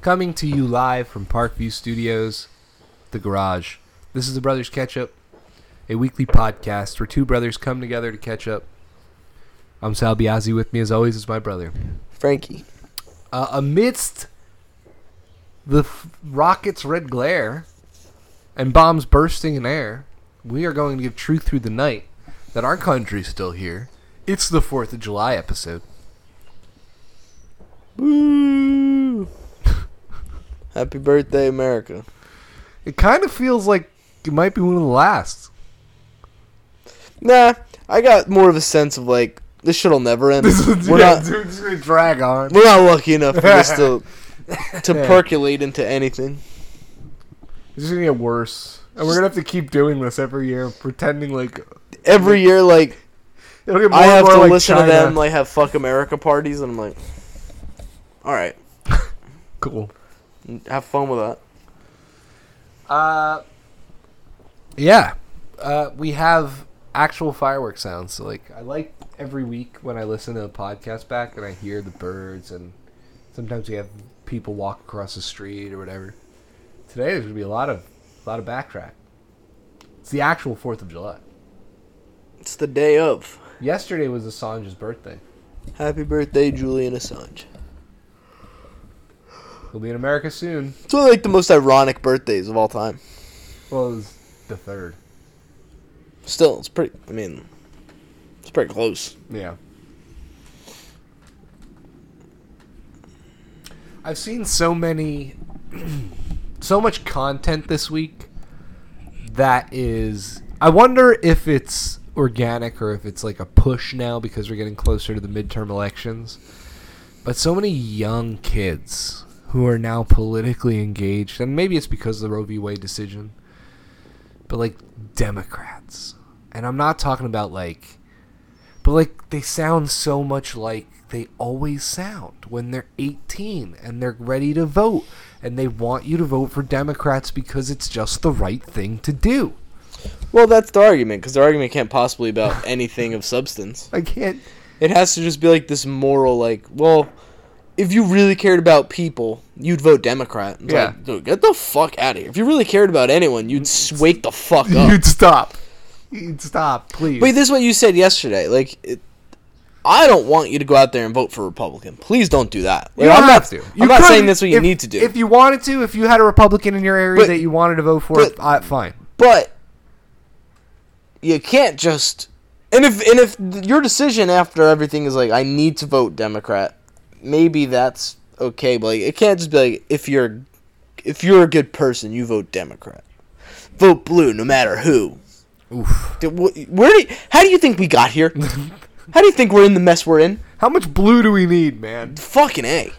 Coming to you live from Parkview Studios, the garage. This is the Brothers Catch Up, a weekly podcast where two brothers come together to catch up. I'm Sal Biazzi. With me, as always, is my brother. Frankie. Uh, amidst the f- rocket's red glare and bombs bursting in air, we are going to give truth through the night that our country's still here. It's the 4th of July episode. Woo! Happy birthday, America. It kind of feels like it might be one of the last. Nah, I got more of a sense of like this shit'll never end. we're yeah, not dude, it's gonna drag on. we're not lucky enough for this to to percolate into anything. It's just gonna get worse. And we're gonna have to keep doing this every year, pretending like Every year, like it'll get more I and have more to like listen China. to them like have "fuck America" parties, and I'm like, all right, cool. have fun with that. Uh, yeah. Uh, we have actual fireworks sounds. So, like, I like every week when I listen to a podcast back and I hear the birds, and sometimes we have people walk across the street or whatever. Today, there's gonna be a lot of a lot of backtrack. It's the actual Fourth of July. It's the day of. Yesterday was Assange's birthday. Happy birthday, Julian Assange. He'll be in America soon. It's one of like the most ironic birthdays of all time. Well, it was the third. Still, it's pretty. I mean, it's pretty close. Yeah. I've seen so many, so much content this week that is. I wonder if it's organic or if it's like a push now because we're getting closer to the midterm elections. But so many young kids who are now politically engaged, and maybe it's because of the Roe v. Wade decision, but like Democrats. And I'm not talking about like but like they sound so much like they always sound when they're 18 and they're ready to vote and they want you to vote for Democrats because it's just the right thing to do. Well, that's the argument because the argument can't possibly be about anything of substance. I can't It has to just be like this moral, like, well, if you really cared about people, you'd vote Democrat. It's Yeah. like, dude, get the fuck out of here. If you really cared about anyone, you'd s- wake the fuck up. Mm. you'd stop. You'd stop, please. Wait, this is what you said yesterday. Like, it, I don't want you to go out there and vote for Republican. Please don't do that. Like, you don't I'm have not, to. I'm not could saying that's what you if- need to do. If you wanted to, if you had a Republican in your area But- that you wanted to vote for, but- uh, fine. But you can't just and if and if th- your decision after everything is like I need to vote Democrat, maybe that's okay. But like, it can't just be like if you're if you're a good person, you vote Democrat. Vote blue, no matter who. Oof. Did- wh- Where do you- how do you think we got here? How do you think we're in the mess we're in? How much blue do we need, man? Fucking a.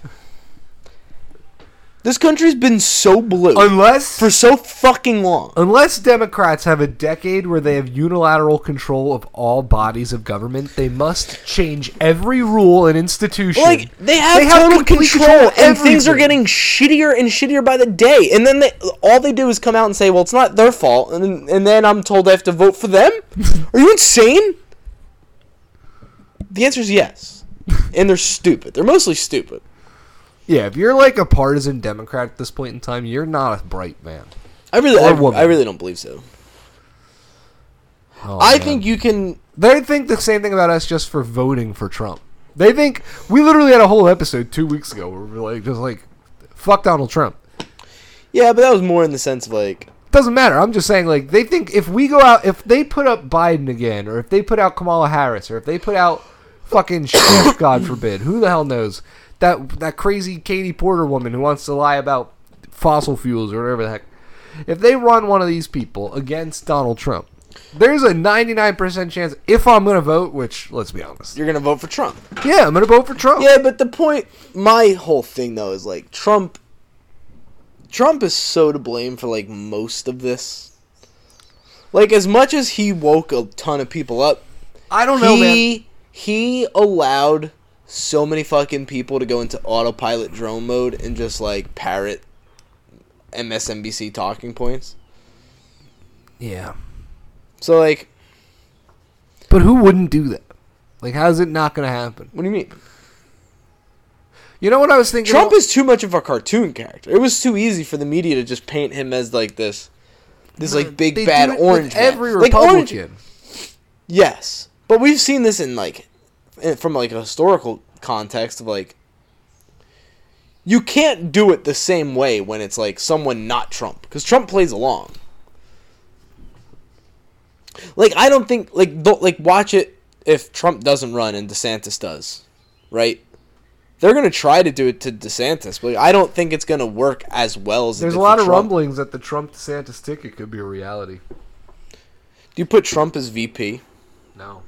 This country's been so blue Unless for so fucking long. Unless Democrats have a decade where they have unilateral control of all bodies of government, they must change every rule and institution. Like they have They have total complete control, control and things are everything. getting shittier and shittier by the day. And then they, all they do is come out and say, "Well, it's not their fault," and then, and then I'm told I have to vote for them. are you insane? The answer is yes, and they're stupid. They're mostly stupid. yeah, if you're like a partisan Democrat at this point in time, you're not a bright man. I really, Or I, woman. I really don't believe so. Oh, I man. think you can. they think the same thing about us just for voting for Trump. They think we literally had a whole episode two weeks ago where we are like just like fuck Donald Trump. Yeah, but that was more in the sense of like, Doesn't matter. I'm just saying, like, they think if we go out, if they put up Biden again, or if they put out Kamala Harris, or if they put out fucking Schiff, God forbid, who the hell knows? That that crazy Katie Porter woman who wants to lie about fossil fuels or whatever the heck. If they run one of these people against Donald Trump, there's a 99% chance if I'm going to vote, which, let's be honest. you're gonna vote for Trump. Yeah, I'm going to vote for Trump. Yeah, but the point, my whole thing though is like Trump. Trump is so to blame for like most of this. Like as much as he woke a ton of people up, I don't know, man. he he allowed so many fucking people to go into autopilot drone mode and just like parrot MSNBC talking points. Yeah. So like, But who wouldn't do that? Like, how's it not going to happen? what do you mean? You know what I was thinking? Trump about- is too much of a cartoon character. It was too easy for the media to just paint him as like this, this like big They do bad it with orange. man. Every Like, orange- Republican. Yes, but we've seen this in like, in- from like a historical context of like, you can't do it the same way when it's like someone not Trump because Trump plays along. Like I don't think like do like watch it if Trump doesn't run and DeSantis does, right? They're gonna try to do it to DeSantis, but I don't think it's gonna work as well as it There's did a for lot of Trump. rumblings that the Trump DeSantis ticket could be a reality. Do you put Trump as VP? No.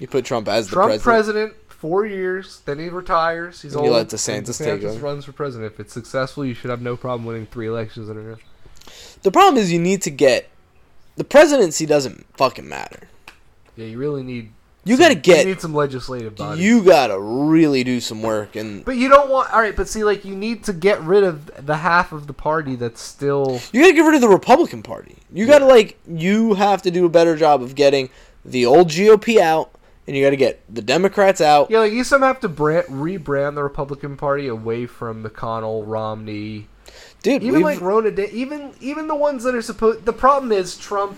You put Trump as Trump the president. president. four years, then he retires. He's And old. you let and DeSantis take DeSantis over. runs for president. If it's successful, you should have no problem winning three elections in a row. The problem is you need to get the presidency doesn't fucking matter. Yeah, you really need. You gotta You need get some legislative bodies. you gotta really do some work and But you don't want. All right, but see, like you need to get rid of the half of the party that's still. you gotta get rid of the Republican Party. You gotta like you have to do a better job of getting the old GOP out and you gotta get the Democrats out. Yeah, like you somehow have to brand, rebrand the Republican Party away from McConnell, Romney, Dude, even we've- like Rona. Da- even even the ones that are supposed. The problem is Trump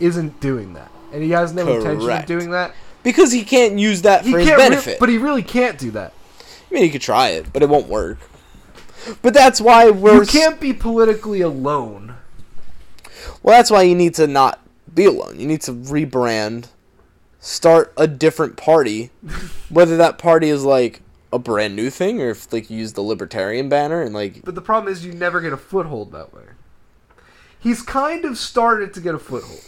isn't doing that, and he has no intention of Correct. doing that. because he can't use that He for his can't. re- benefit. but he really can't do that. I mean he could try it, but it won't work. But that's why we're You s- can't be politically alone. Well, that's why you need to not be alone. You need to rebrand, start a different party, whether that party is like a brand new thing or if like you use the libertarian banner and like But the problem is you never get a foothold that way. He's kind of started to get a foothold.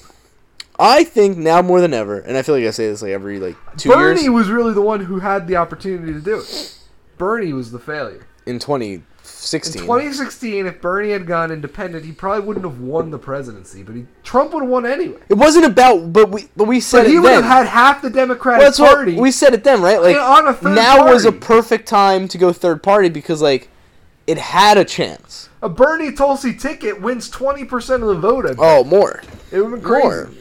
I think now more than ever, and I feel like I say this like every like two Bernie years was really the one who had the opportunity to do it. Bernie was the failure. in In 2016. 2016, if Bernie had gone independent, he probably wouldn't have won the presidency, but he, Trump would have won anyway. it wasn't about, but we but we said But he it would then. have had half the Democratic Well, that's Party. what we said it then, right? Like Yeah, on a third now was a party. Oh, uh, Um, Uh, Um,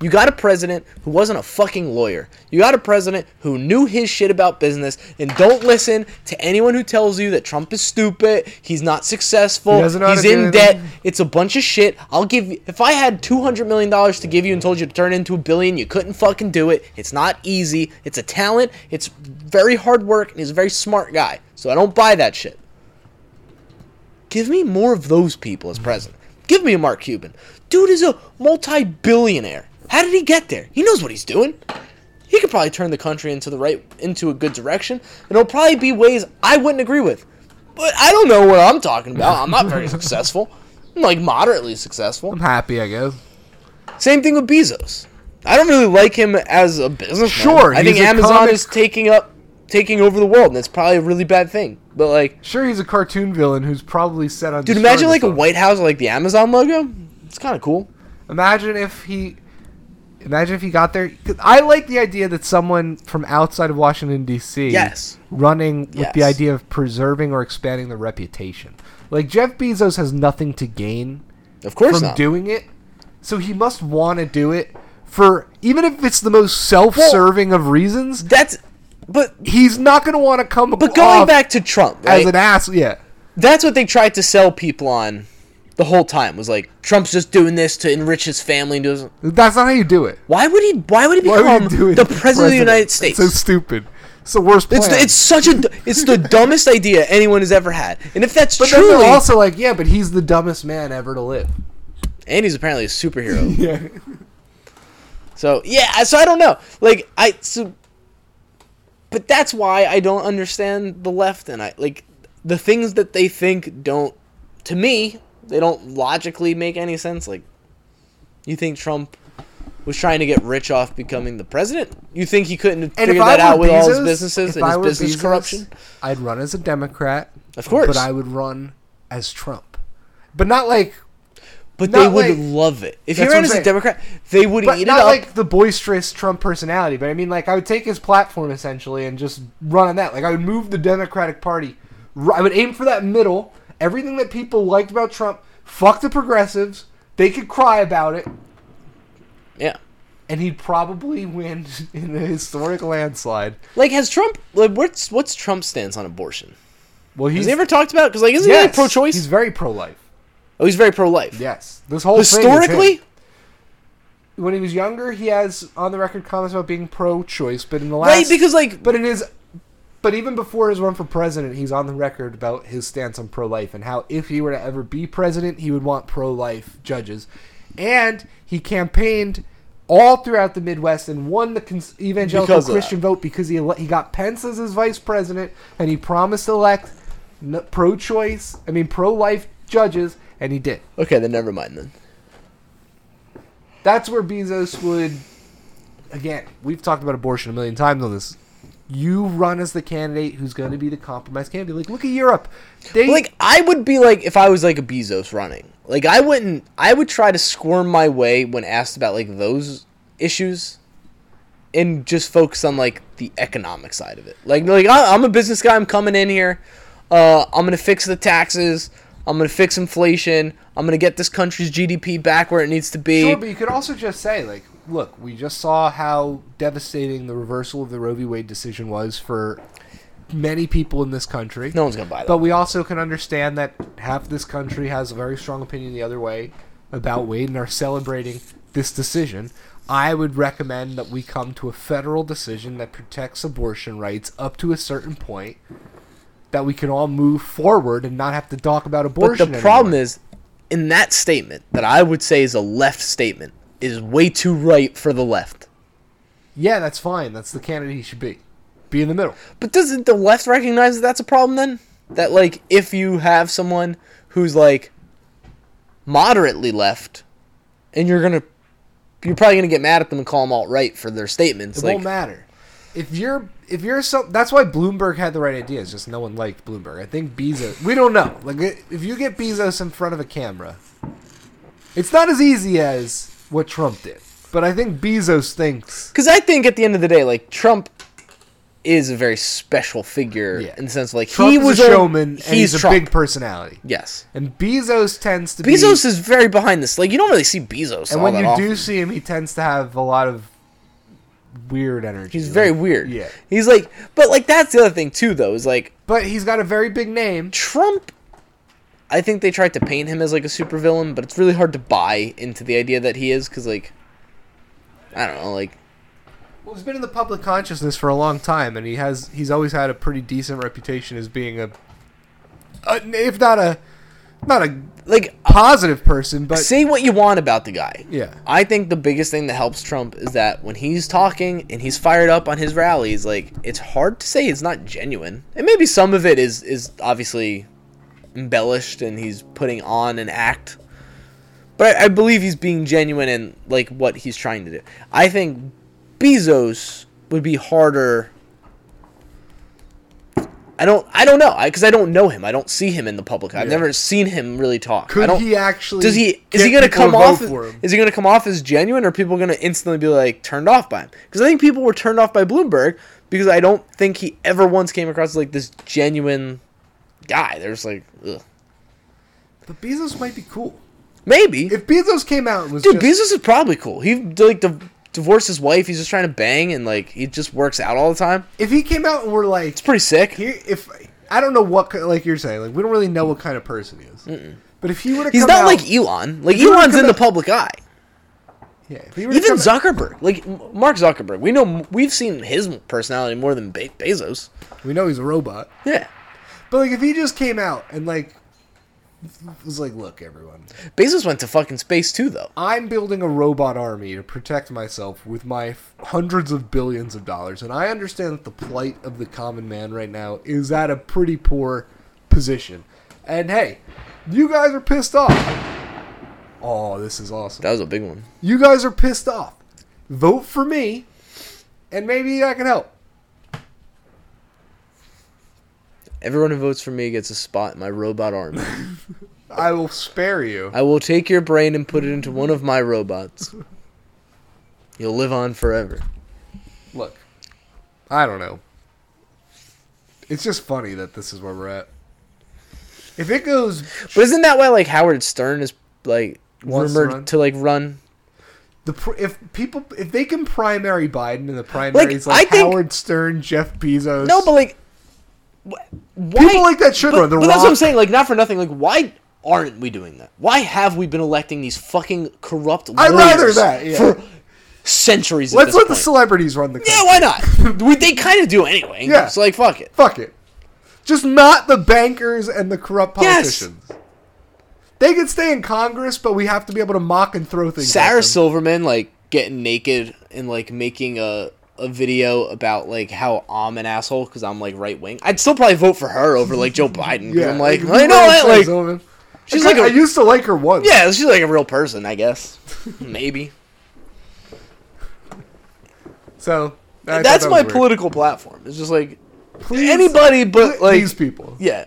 You got a president who wasn't a fucking lawyer. You got a president who knew his shit about business and don't listen to anyone who tells you that Trump is stupid, he's not successful, He doesn't know how he's to do in anything. debt, it's a bunch of shit. I'll give you, if I had $200 million to give you and told you to turn it into a billion, you couldn't fucking do it. It's not easy. It's a talent. It's very hard work. And he's a very smart guy. So I don't buy that shit. Give me more of those people as president. Give me a Mark Cuban. Dude is a multi billionaire. How did he get there? He knows what he's doing. He could probably turn the country into the right into a good direction, and it'll probably be ways I wouldn't agree with. But I don't know what I'm talking about. I'm not very successful. I'm like moderately successful. I'm happy, I guess. Same thing with Bezos. I don't really like him as a businessman. Sure, I think he's a Amazon comic- is taking up taking over the world, and that's probably a really bad thing. But like Sure, he's a cartoon villain who's probably set on. Dude, destroying imagine like a himself. White House with, like the Amazon logo. It's kind of cool. Imagine if he. Imagine if he got there. 'Cause I like the idea that someone from outside of Washington D.C. Yes. running with the Yes. idea of preserving or expanding the reputation. Like Jeff Bezos has nothing to gain Of course from not. doing it, so he must want to do it for even if it's the most self-serving of reasons. That's but He's not going to want to come. but going back to Trump, as right? an ass, yeah. that's what they tried to sell people on the whole time was like Trump's just doing this to enrich his family and do his- That's not how you do it. Why would he why would he Why become would you do it? the as president, of the United It's States? so stupid. It's the worst plan. It's, the, it's such a d- it's the dumbest idea anyone has ever had. And if that's but then truly they're also like, yeah, but he's the dumbest man ever to live. and he's apparently a superhero. Yeah. So yeah, I- so I don't know. Like I so, but that's why I don't understand the left and I like the things that they think don't to me they don't logically make any sense. Like you think Trump was trying to get rich off becoming the president? You think he couldn't have And figured if I that out were with all his Bezos- businesses if and I his were business Bezos, corruption? I'd run as a Democrat. Of course. But I would run as Trump. But not like But Not they would like- love it. If he That's what ran I'm as a saying. Democrat, they would but eat it not up. like the boisterous Trump personality, but I mean like I would take his platform essentially and just run on that. Like I would move the Democratic Party. r- I would aim for that middle. Everything that people liked about Trump, fuck the progressives. They could cry about it. yeah. and he'd probably win in a historic landslide. Like has Trump like what's what's Trump's stance on abortion? Well, he's Has he ever talked about? Because like, isn't he yes, like pro-choice? He's very pro-life. oh, he's very pro-life. Yes, this whole thing is him. Historically, when he was younger, he has on the record comments about being pro-choice, but in the last, right? Because like, but in his, but even before his run for president, he's on the record about his stance on pro-life and how if he were to ever be president, he would want pro-life judges, and he campaigned. All throughout the Midwest, and won the cons- evangelical Because of that. Christian vote because he ele- he got Pence as his vice president, and he promised to elect n- pro-choice, I mean pro-life judges, and he did. okay, then never mind then. That's where Bezos would. Again, we've talked about abortion a million times on this. You run as the candidate who's going to be the compromise candidate. Like, look at Europe. They Like, I would be like if I was like a Bezos running. Like, I wouldn't. I would try to squirm my way when asked about like those issues, and just focus on like the economic side of it. Like, like I, I'm a business guy. I'm coming in here. Uh, I'm gonna fix the taxes. I'm gonna fix inflation. I'm gonna get this country's GDP back where it needs to be. sure, but you could also just say, like, look, we just saw how devastating the reversal of the Roe v. Wade decision was for many people in this country. no one's gonna buy that. But we also can understand that half this country has a very strong opinion the other way about Wade and are celebrating this decision. I would recommend that we come to a federal decision that protects abortion rights up to a certain point that we can all move forward and not have to talk about But abortion. the problem is, in that statement that I would say is a left statement, is way too right for the left. Yeah, that's fine. That's the candidate he should be. Be in the middle. But doesn't the left recognize that that's a problem then? That like if you have someone who's like moderately left, and you're gonna, you're probably gonna get mad at them and call them alt right for their statements. It like, won't matter. If you're if you're so that's why Bloomberg had the right ideas, just no one liked Bloomberg. I think Bezos we don't know. Like i- if you get Bezos in front of a camera, it's not as easy as what Trump did. But I think Bezos thinks Because I think at the end of the day, like Trump, is a very special figure Yeah. in the sense of like Trump he is was a on- showman and he's a Trump. big personality. yes. And Bezos tends to be Bezos is very behind this. Like you don't really see Bezos. And all when that you often. do see him, he tends to have a lot of weird energy. he's like- very weird. Yeah. He's like, but like that's the other thing too, though. Is like But he's got a very big name. Trump. I think they tried to paint him as like a supervillain, but it's really hard to buy into the idea that he is because like, I don't know, like Well, he's been in the public consciousness for a long time, and he has he's always had a pretty decent reputation as being a, a if not a, not a like positive person, but say what you want about the guy. yeah, I think the biggest thing that helps Trump is that when he's talking and he's fired up on his rallies, like it's hard to say it's not genuine. And maybe some of it is is obviously embellished and he's putting on an act. But I, I believe he's being genuine in like what he's trying to do. I think Bezos would be harder. I don't. I don't know. Because I, don't know him. I don't see him in the public. I've Yeah. never seen him really talk. I could don't, he actually? does he is get he gonna people to come vote off? for him? Is he gonna come off as genuine, or are people gonna instantly be like turned off by him? Because I think people were turned off by Bloomberg because I don't think he ever once came across as like this genuine guy. There's like ugh. But Bezos might be cool. maybe If Bezos came out and was dude just, Bezos is probably cool. He like div- divorced his wife. He's just trying to bang and like he just works out all the time. if he came out and were like It's pretty sick. He, if I don't know what ki- like you're saying, like we don't really know what kind of person he is. But if he were to, He's come not out, like Elon. Like he would've Elon's come in the out- public eye. yeah, if he were to Even come out- Zuckerberg, like M- Mark Zuckerberg, we know we've seen his personality more than Be- Bezos. we know he's a robot. Yeah. But like if he just came out and like was like, look, everyone, Bezos went to fucking space too, though. I'm building a robot army to protect myself with my f- hundreds of billions of dollars, and I understand that the plight of the common man right now is at a pretty poor position. And hey, you guys are pissed off. Oh, this is awesome. That was a big one. you guys are pissed off. Vote for me, and maybe I can help. Everyone who votes for me gets a spot in my robot army. I will spare you. I will take your brain and put it into one of my robots. You'll live on forever. Look, I don't know. It's just funny that this is where we're at. If it goes, But isn't that why like Howard Stern is like Wants to rumored run? to like run? the pr- if people if they can primary Biden in the primaries, Like, like, I think- Howard Stern, Jeff Bezos, No, but like wh- why? people like that should but, run. The but that's what I'm Rock- saying. Like not for nothing. Like why aren't we doing that? Why have we been electing these fucking corrupt? I'd rather lawyers that, yeah. for centuries. at Let's this let the point? celebrities run the country. Yeah, why not? we, they kind of do anyway. Yeah. So like, fuck it. Fuck it. Just not the bankers and the corrupt Yes. politicians. They could stay in Congress, but we have to be able to mock and throw things. at Sarah them. Silverman like getting naked and like making a a video about like how I'm an asshole because I'm like right wing. I'd still probably vote for her over like Joe Biden. 'cause I'm like, if well, you were know on what? Sarah Like, Silverman- she's I like kinda- a- I used to like her once. yeah, she's like a real person, I guess. Maybe So I thought that's that my was weird. political platform. It's just like Please- anybody but like these people yeah.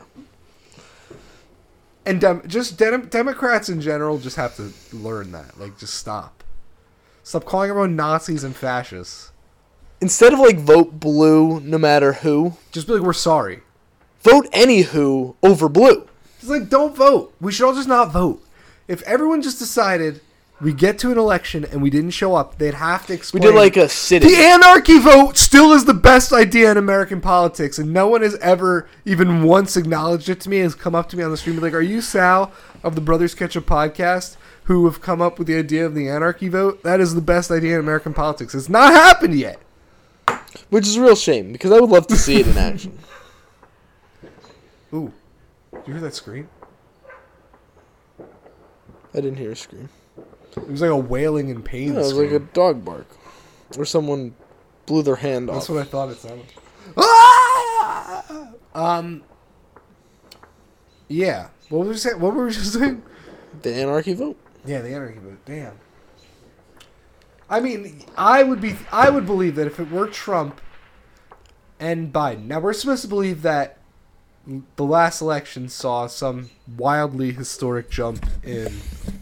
and dem- just dem- Democrats in general just have to learn that. Like, just stop. Stop calling everyone Nazis and fascists. Instead of like vote blue, no matter who, Just be like, we're sorry. vote any who over blue. It's like, don't vote. We should all just not vote. If everyone just decided we get to an election and we didn't show up, they'd have to We explain. did like a city. the anarchy vote still is the best idea in American politics, and no one has ever even once acknowledged it to me. Has come up to me on the stream and be like, "Are you Sal of the Brothers Ketchup podcast who have come up with the idea of the anarchy vote? That is the best idea in American politics. It's not happened yet." Which is a real shame because I would love to see it in action. Ooh, did you hear that scream? I didn't hear a scream. It was like a wailing in pain. No, it was like a scream. dog bark, or someone blew their hand That's off. what I thought it sounded. Ah! Um. Yeah. What was that? What were we just saying? the anarchy vote. Yeah, the anarchy vote. Damn. I mean, I would be, I would believe that if it were Trump and Biden. Now we're supposed to believe that the last election saw some wildly historic jump in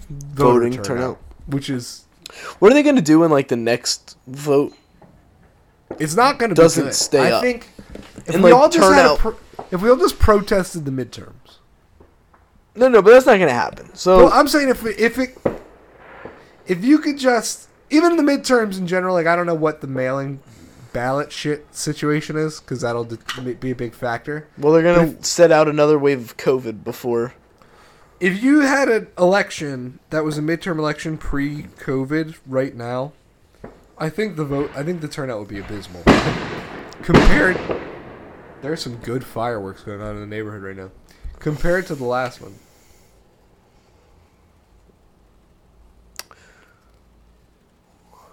voter Voting turnout. which is What are they going to do in like the next vote? It's not going to Doesn't be good. stay I up. think if And, we like, all just turn had a out- pro- if we all just protested the midterms. No, no, but that's not going to happen. So Well, I'm saying if we- if it if you could just even in the midterms in general, like I don't know what the mailing ballot shit situation is because that'll de- be a big factor. well, they're going to set out another wave of COVID before. If you had an election that was a midterm election pre-COVID right now, I think the vote, I think the turnout would be abysmal. Compared, there's some good fireworks going on in the neighborhood right now. Compared to the last one,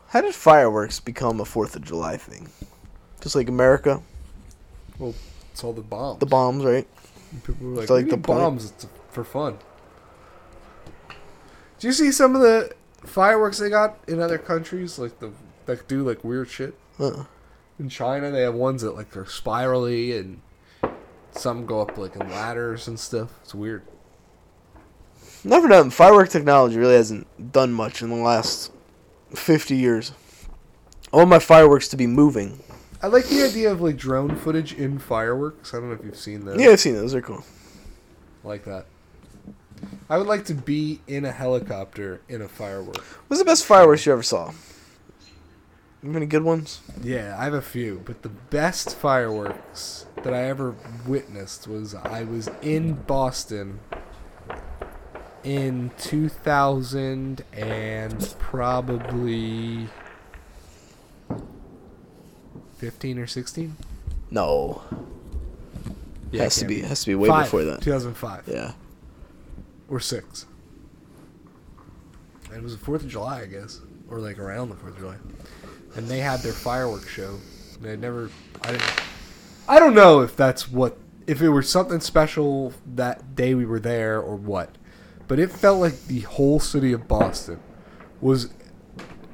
How did fireworks become a Fourth of July thing? Just like America, well, it's all the bombs. the bombs, right? People were like, It's like "We the need point." bombs it's for fun. Do you see some of the fireworks they got in other countries, like the that do like weird shit? Uh, In China, they have ones that like are spirally, and some go up like in ladders and stuff. It's weird. never done. Firework technology really hasn't done much in the last 50 years. I want my fireworks to be moving. I like the idea of like drone footage in fireworks. I don't know if you've seen those. Yeah, I've seen those. They're cool. I like that. I would like to be in a helicopter in a firework. What's the best fireworks you ever saw? You any good ones? Yeah, I have a few, but the best fireworks that I ever witnessed was I was in Boston in 2000 and probably 15 or 16. No, Yeah, has to can't be has to be way Five, before that. 2005 Yeah, or 6. And it was the 4th of July, I guess, or like around the 4th of July. And they had their fireworks show. And I'd never I didn't I don't know if that's what if it was something special that day we were there or what. But it felt like the whole city of Boston was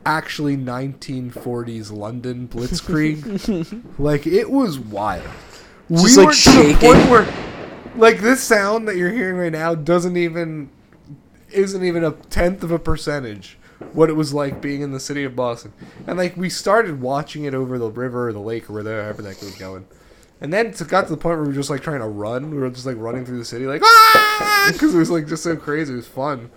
actually 1940s London blitzkrieg. like it was wild. we Just, like, were to the point shaking. where like this sound that you're hearing right now doesn't even isn't even a tenth of a percentage what it was like being in the city of Boston. And like we started watching it over the river or the lake or wherever that was going. And then it got to the point where we were just like trying to run. We were just like running through the city, like ah, because it was like just so crazy. It was fun,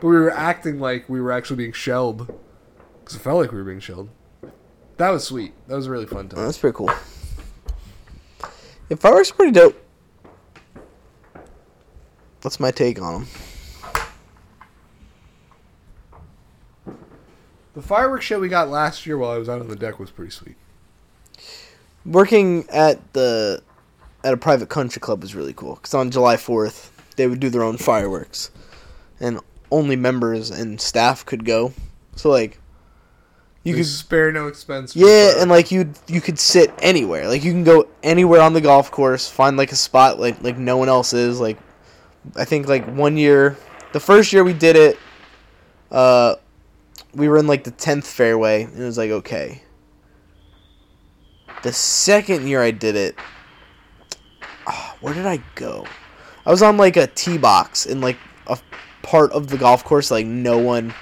but we were acting like we were actually being shelled, because it felt like we were being shelled. That was sweet. That was a really fun Oh, time. that's pretty cool. Yeah, fireworks are pretty dope. That's my take on them. The fireworks show we got last year while I was out on the deck was pretty sweet. Working at the at a private country club was really cool because on July Fourth they would do their own fireworks, and only members and staff could go. So like, you You could could spare no expense. for the Yeah, and fireworks. like you you could sit anywhere. Like you can go anywhere on the golf course, find like a spot like like no one else is. Like I think like one year, the first year we did it, uh, we were in like the tenth fairway, and it was like okay. The second year I did it, ah, where did I go? I was on like a tee box in like a part of the golf course like no one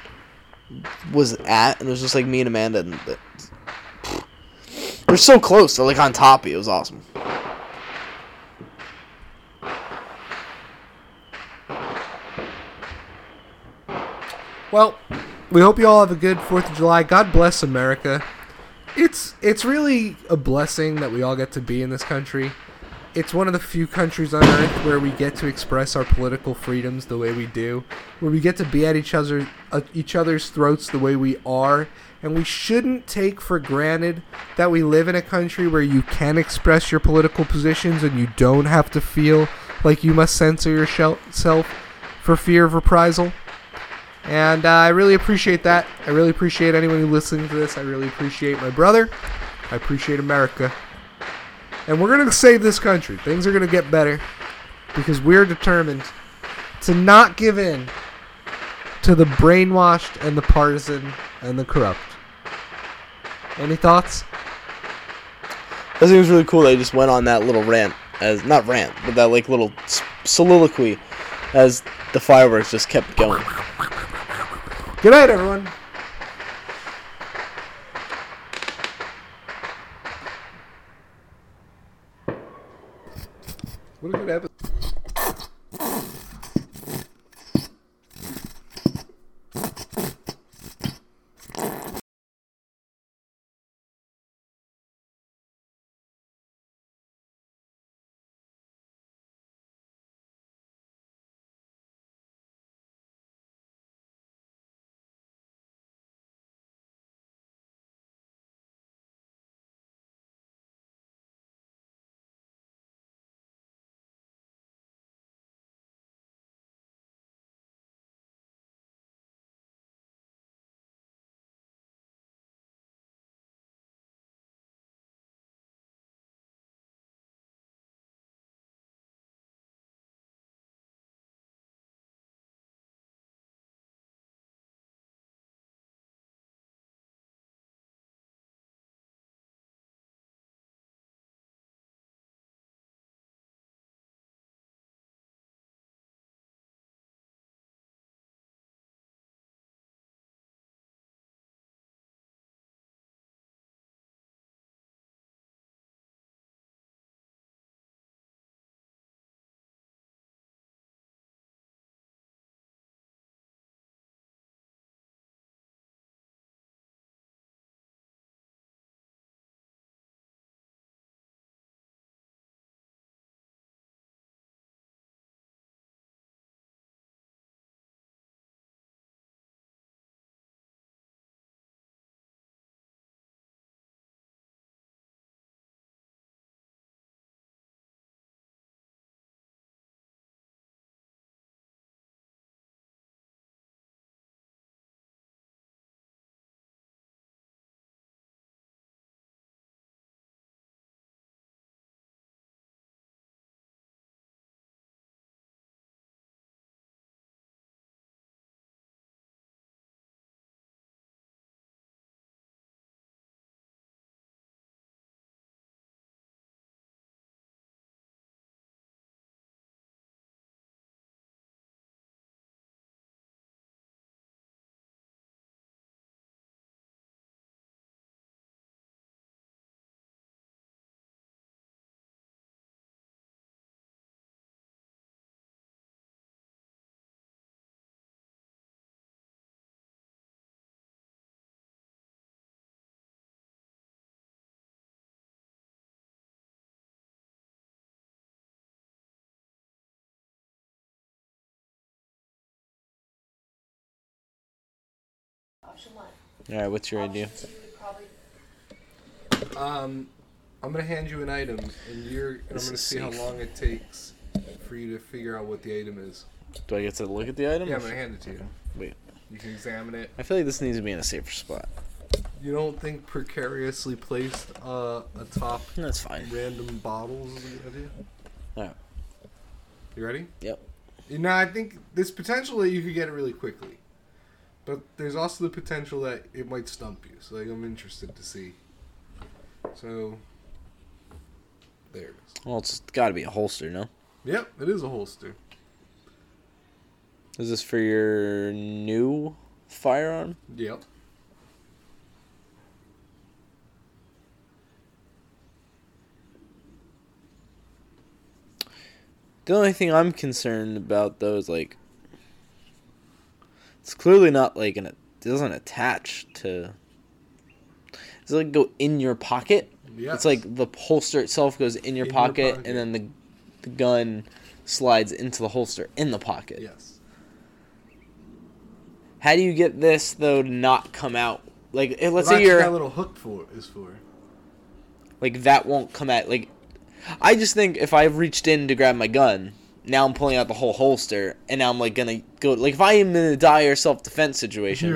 was at, and it was just like me and Amanda and. uh, The, they're so close. They're like on top of you. It was awesome. Well, we hope you all have a good Fourth of July. God bless America. It's it's really a blessing that we all get to be in this country. It's one of the few countries on earth where we get to express our political freedoms the way we do, where we get to be at each other at each other's throats the way we are, and we shouldn't take for granted that we live in a country where you can express your political positions and you don't have to feel like you must censor yourself for fear of reprisal. And uh, I really appreciate that. I really appreciate anyone who listening to this. I really appreciate my brother. I appreciate America. And we're going to save this country. Things are going to get better because we're determined to not give in to the brainwashed and the partisan and the corrupt. Any thoughts? I think it was really cool. They just went on that little rant as not rant, but that like little s- soliloquy as the fireworks just kept going. Good night, everyone. What a good episode. Option one. All right, what's your idea? Option two would probably Um, I'm gonna hand you an item, and you're. And I'm This gonna is see how safe. long it takes for you to figure out what the item is. Do I get to look at the item? Yeah, I'm gonna hand it to you. Wait. You can examine it. I feel like this needs to be in a safer spot. You don't think precariously placed uh, atop That's fine. random bottles is a good idea? Alright. You ready? Yep. You know, I think there's potential that you could get it really quickly, but there's also the potential that it might stump you. So like, I'm interested to see. So there it is. Well, it's got to be a holster, no? Yep, it is a holster. Is this for your new firearm? Yep. The only thing I'm concerned about though is like it's clearly not like an it doesn't attach to does it like go in your pocket? Yes. It's like the holster itself goes in your, In your pocket, pocket. and then the the gun slides into the holster in the pocket. yes. How do you get this though to not come out? Like eh, let's Well, that's what say you're that little hook for is for. like that won't come out like i just think if i reached in to grab my gun now i'm pulling out the whole holster and now i'm like gonna go like if i am in a dire self-defense situation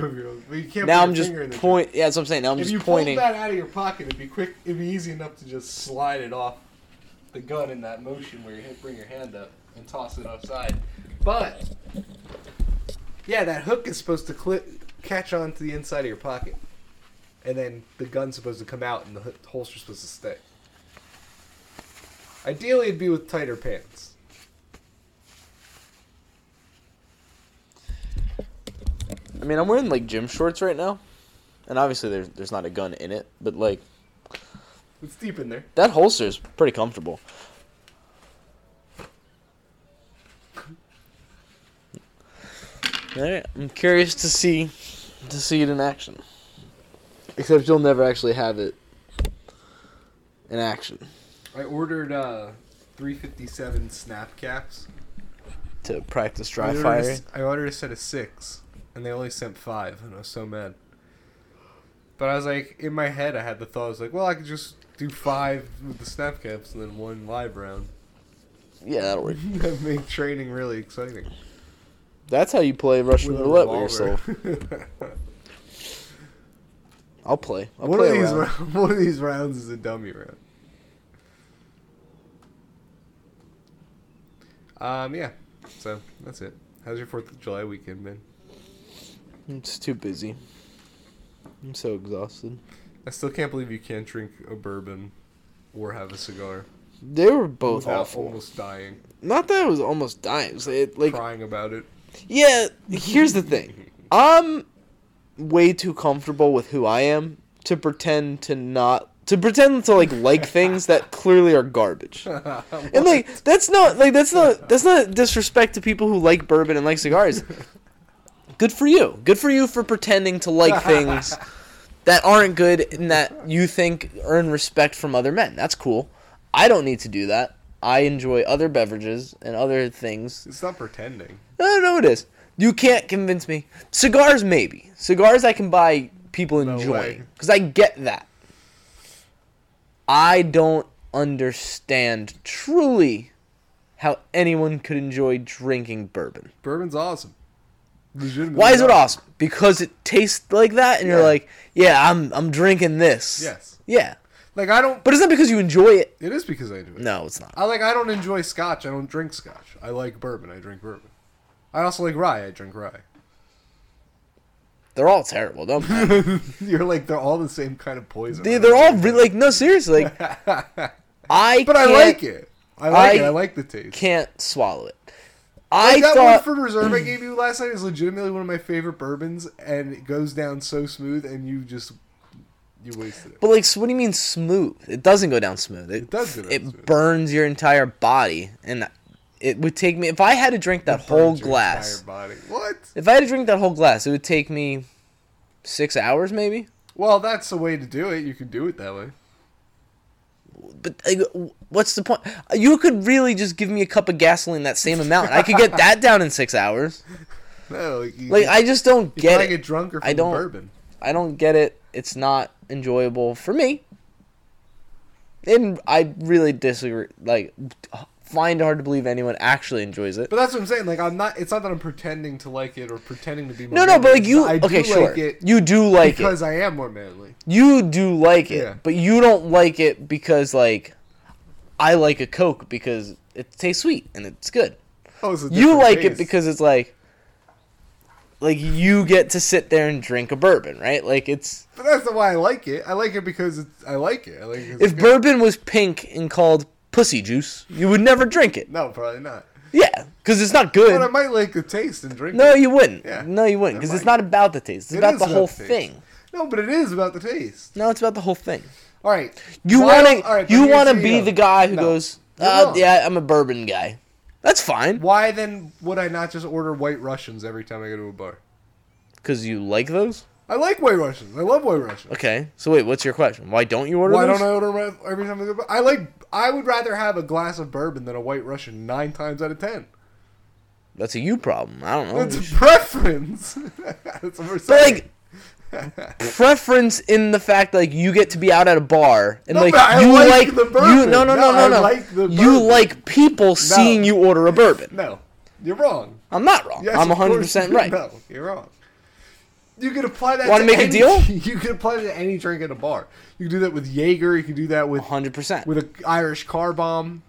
You, you can't now put i'm your just finger in the joint. point yeah that's what i'm saying now i'm If you just pulled pointing that out of your pocket, it'd be quick. It'd be easy enough to just slide it off the gun in that motion where you hit- bring your hand up and toss it outside. But yeah, that hook is supposed to clip, catch onto the inside of your pocket, and then the gun's supposed to come out and the ho- holster's supposed to stay. Ideally, it'd be with tighter pants. i mean i'm wearing like gym shorts right now and obviously there's, there's not a gun in it but like It's deep in there. that holster is pretty comfortable All right, I'm curious to see to see it in action. Except you'll never actually have it in action I ordered uh, 357 snap caps. to practice I dry ordered, a firing. s- I ordered a set of six, and they only sent five, and I was so mad. But I was like, in my head, I had the thought, I was like, well, I could just do five with the snap caps and then one live round. Yeah, that'll work. that made training really exciting. That's how you play Russian With a roulette with revolver. yourself. I'll play. I'll one, play of these around. round, one of these rounds is a dummy round. Um, yeah. So, that's it. How's your 4th of July weekend been? It's too busy. I'm so exhausted. I still can't believe you can't drink a bourbon or have a cigar They were both without awful. almost dying, Not that I was almost dying. It was like, like crying about it. Yeah, here's the thing. I'm way too comfortable with who I am to pretend to not to pretend to like like things that clearly are garbage. And like that's not like that's not that's not disrespect to people who like bourbon and like cigars. Good for you. Good for you for pretending to like things that aren't good and that you think earn respect from other men. That's cool. I don't need to do that. I enjoy other beverages and other things It's not pretending. no, no, it is. You can't convince me. Cigars, maybe. Cigars I can buy people No enjoying. way. Because I get that. I don't understand truly how anyone could enjoy drinking bourbon. Bourbon's awesome. Legitimately Why is it awesome? Because it tastes like that and you're Yeah. like, yeah, I'm I'm drinking this. Yes. Yeah. Like I don't. But it's not because you enjoy it. It is because I do it. No, it's not. I like. I don't enjoy scotch. I don't drink scotch. I like bourbon. I drink bourbon. I also like rye. I drink rye. They're all terrible, don't they? You're like they're all the same kind of poison. They- I They're don't all like re- it. like no, seriously. Like I But I can't- like it. I like it. I I like the taste. can't swallow it. I that thought Woodford Reserve I gave you last night is legitimately one of my favorite bourbons, and it goes down so smooth, and you just you wasted it. But like, so what do you mean smooth? It doesn't go down smooth. It, It does go down it smooth. burns your entire body, and it would take me if I had to drink that whole Burns your glass. entire Body. What? If I had to drink that whole glass, it would take me six hours, maybe. Well, that's the way to do it. You can do it that way. But like, w- what's the point? You could really just give me a cup of gasoline that same amount. I could get that down in six hours. No, like, you, Like, I just don't you get probably it. get drunk or I from don't- bourbon. I don't get it. It's not enjoyable for me. And I really disagree. Like, find it hard to believe anyone actually enjoys it. But that's what I'm saying. Like I'm not. It's not that I'm pretending to like it or pretending to be. More No, no, manly. but like you, I do okay, like sure, it you do like it. because I am more manly. You do like it, Yeah. but you don't like it because like I like a Coke because it tastes sweet and it's good. Oh, it's a You different like it taste. because it's like like you get to sit there and drink a bourbon, right? Like it's But that's not why I like it. I like it because it's. I like it. I like it 'cause if it's good. bourbon was pink and called pussy juice, you would never drink it. No, probably not. Yeah, because it's not But I good. might like the taste and drink. No, it. you wouldn't. Yeah. No, you wouldn't, I because it's might. not about the taste. It's It about is the whole taste. thing. No, but it is about the taste. No, it's about the whole thing. All right. You Why- want to all right, but you here's want to the be deal. the guy who No. goes, You're uh, wrong. yeah, I'm a bourbon guy. That's fine Why then would I not just order white Russians every time I go to a bar? because you like those. I like white Russians. I love white Russians. Okay, so wait, what's your question? Why don't you order? Why those? don't I order them every time I go? to a bar? I like. I would rather have a glass of bourbon than a white Russian nine times out of ten. That's a you problem. I don't know. It's a preference. That's what we're But saying. like. preference in the fact like you get to be out at a bar and No, like but I you like like, the you bourbon. no no No, no no I no like the you bourbon. like people seeing you order a bourbon no, you're wrong. I'm not wrong Yes, I'm of course 100 percent you- right No, you're wrong. You can apply that. Wanna to make a any- deal? You can apply that to any drink at a bar. You can do that with Jaeger. You can do that with 100 percent with an Irish car bomb.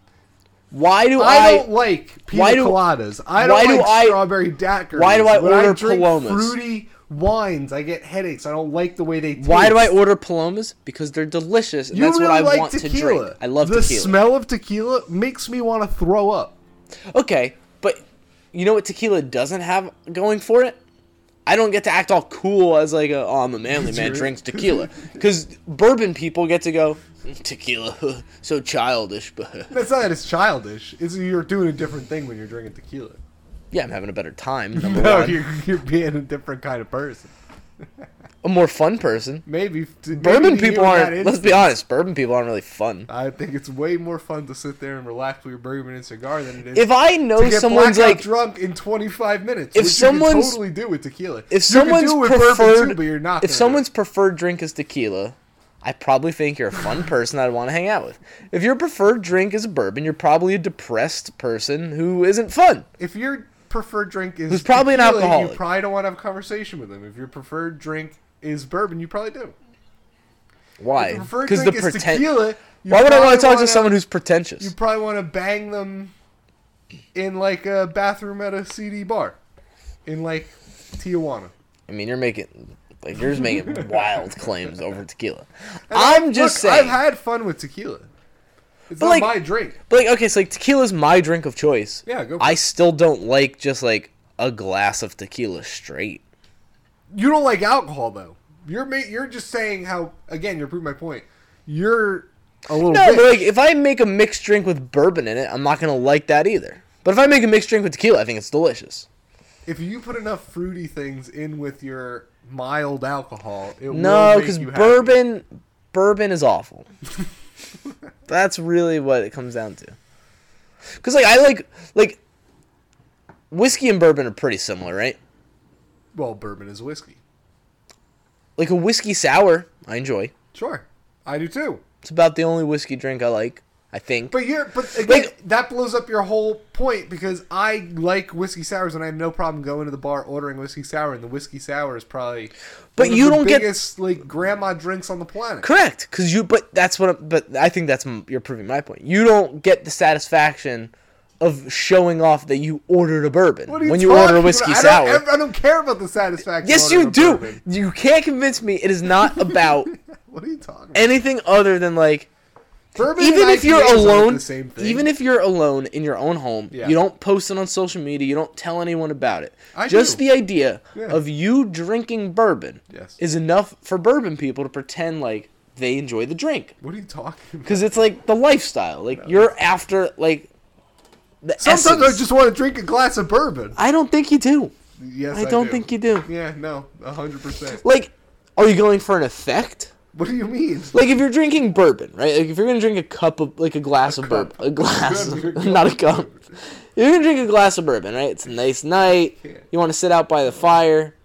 why do I, I don't like pina why do- coladas. I don't why do like I- strawberry daiquiris. why do I when order I drink Palomas? Fruity wines. I get headaches. I don't like the way they. Taste. Why do I order palomas? Because they're delicious, and You that's really what I like want tequila. to drink. I love the tequila. smell of tequila makes me want to throw up. okay, but you know what tequila doesn't have going for it? I don't get to act all cool as like, a, oh, I'm a manly man, Drink. drinks tequila. Because bourbon people get to go, "Mm, tequila, so childish. But That's not that it's childish. It's you're doing a different thing when you're drinking tequila. yeah, I'm having a better time. Number No, one, you're, you're being a different kind of person. a more fun person. Maybe Bourbon maybe to people you in that aren't. Let's be instance, honest. Bourbon people aren't really fun. I think it's way more fun to sit there and relax with your bourbon and cigar than it is If I to know get someone's blackout like, drunk in 25 minutes. which If you can someone's- totally do with tequila. You can if someone's do it with bourbon preferred, too, but you're not. gonna if do it. someone's preferred drink is tequila, I probably think you're a fun person I'd want to hang out with. If your preferred drink is bourbon, you're probably a depressed person who isn't fun. if your preferred drink is Who's probably an tequila, you alcoholic. probably don't want to have a conversation with them. If your preferred drink is bourbon, you probably do. Why? If your preferred Because the drink is pretend. tequila. you Why would I probably want to talk to wanna- someone who's pretentious? You probably want to bang them in like a bathroom at a CD bar, in like Tijuana. I mean, you're making like you're just making wild claims over tequila. I'm just Look, saying. I've had fun with tequila. It's But, not like- my drink. But like, okay, so like tequila's my drink of choice. Yeah, go for I still don't like just like a glass of tequila straight. You don't like alcohol though. You're ma- you're just saying how again you're proving my point. You're a little No, but bitch. like if I make a mixed drink with bourbon in it, I'm not gonna like that either. But if I make a mixed drink with tequila, I think it's delicious. if you put enough fruity things in with your mild alcohol, it No, will make because you happy. bourbon, bourbon is awful. That's really what it comes down to. Because like I like like whiskey and bourbon are pretty similar, right? Well, bourbon is whiskey. Like a whiskey sour, I enjoy. Sure, I do too. It's about the only whiskey drink I like. I think. But you're but again, Like- that blows up your whole point because I like whiskey sours and I have no problem going to the bar ordering whiskey sour and the whiskey sour is probably But one of you the don't get- biggest like grandma drinks on the planet. Correct, because you. But that's what. I'm- But I think that's m- you're proving my point. You don't get the satisfaction of showing off that you ordered a bourbon What are when you order a talking whiskey about? I sour. don't, I don't care about the satisfaction. yes, of you ordering a do. bourbon. You can't convince me it is not about What are you talking about? anything other than like Bourbon even and if you're IPAs aren't alone, the same thing. even if you're alone in your own home, Yeah. you don't post it on social media, you don't tell anyone about it. I Just do. the idea Yeah. of you drinking bourbon Yes. is enough for bourbon people to pretend like they enjoy the drink. what are you talking about? Because it's like the lifestyle. Like you're after like the Sometimes essence. I just want to drink a glass of bourbon. I don't think you do. Yes, I don't think you do. Yeah, no, hundred percent. Like, are you going for an effect? What do you mean? Like if you're drinking bourbon, right? Like if you're gonna drink a cup of like a glass of cup. bourbon, a glass, Good, of, you're not a good. cup. You're gonna drink a glass of bourbon, right? It's a nice night. Yeah. You want to sit out by the fire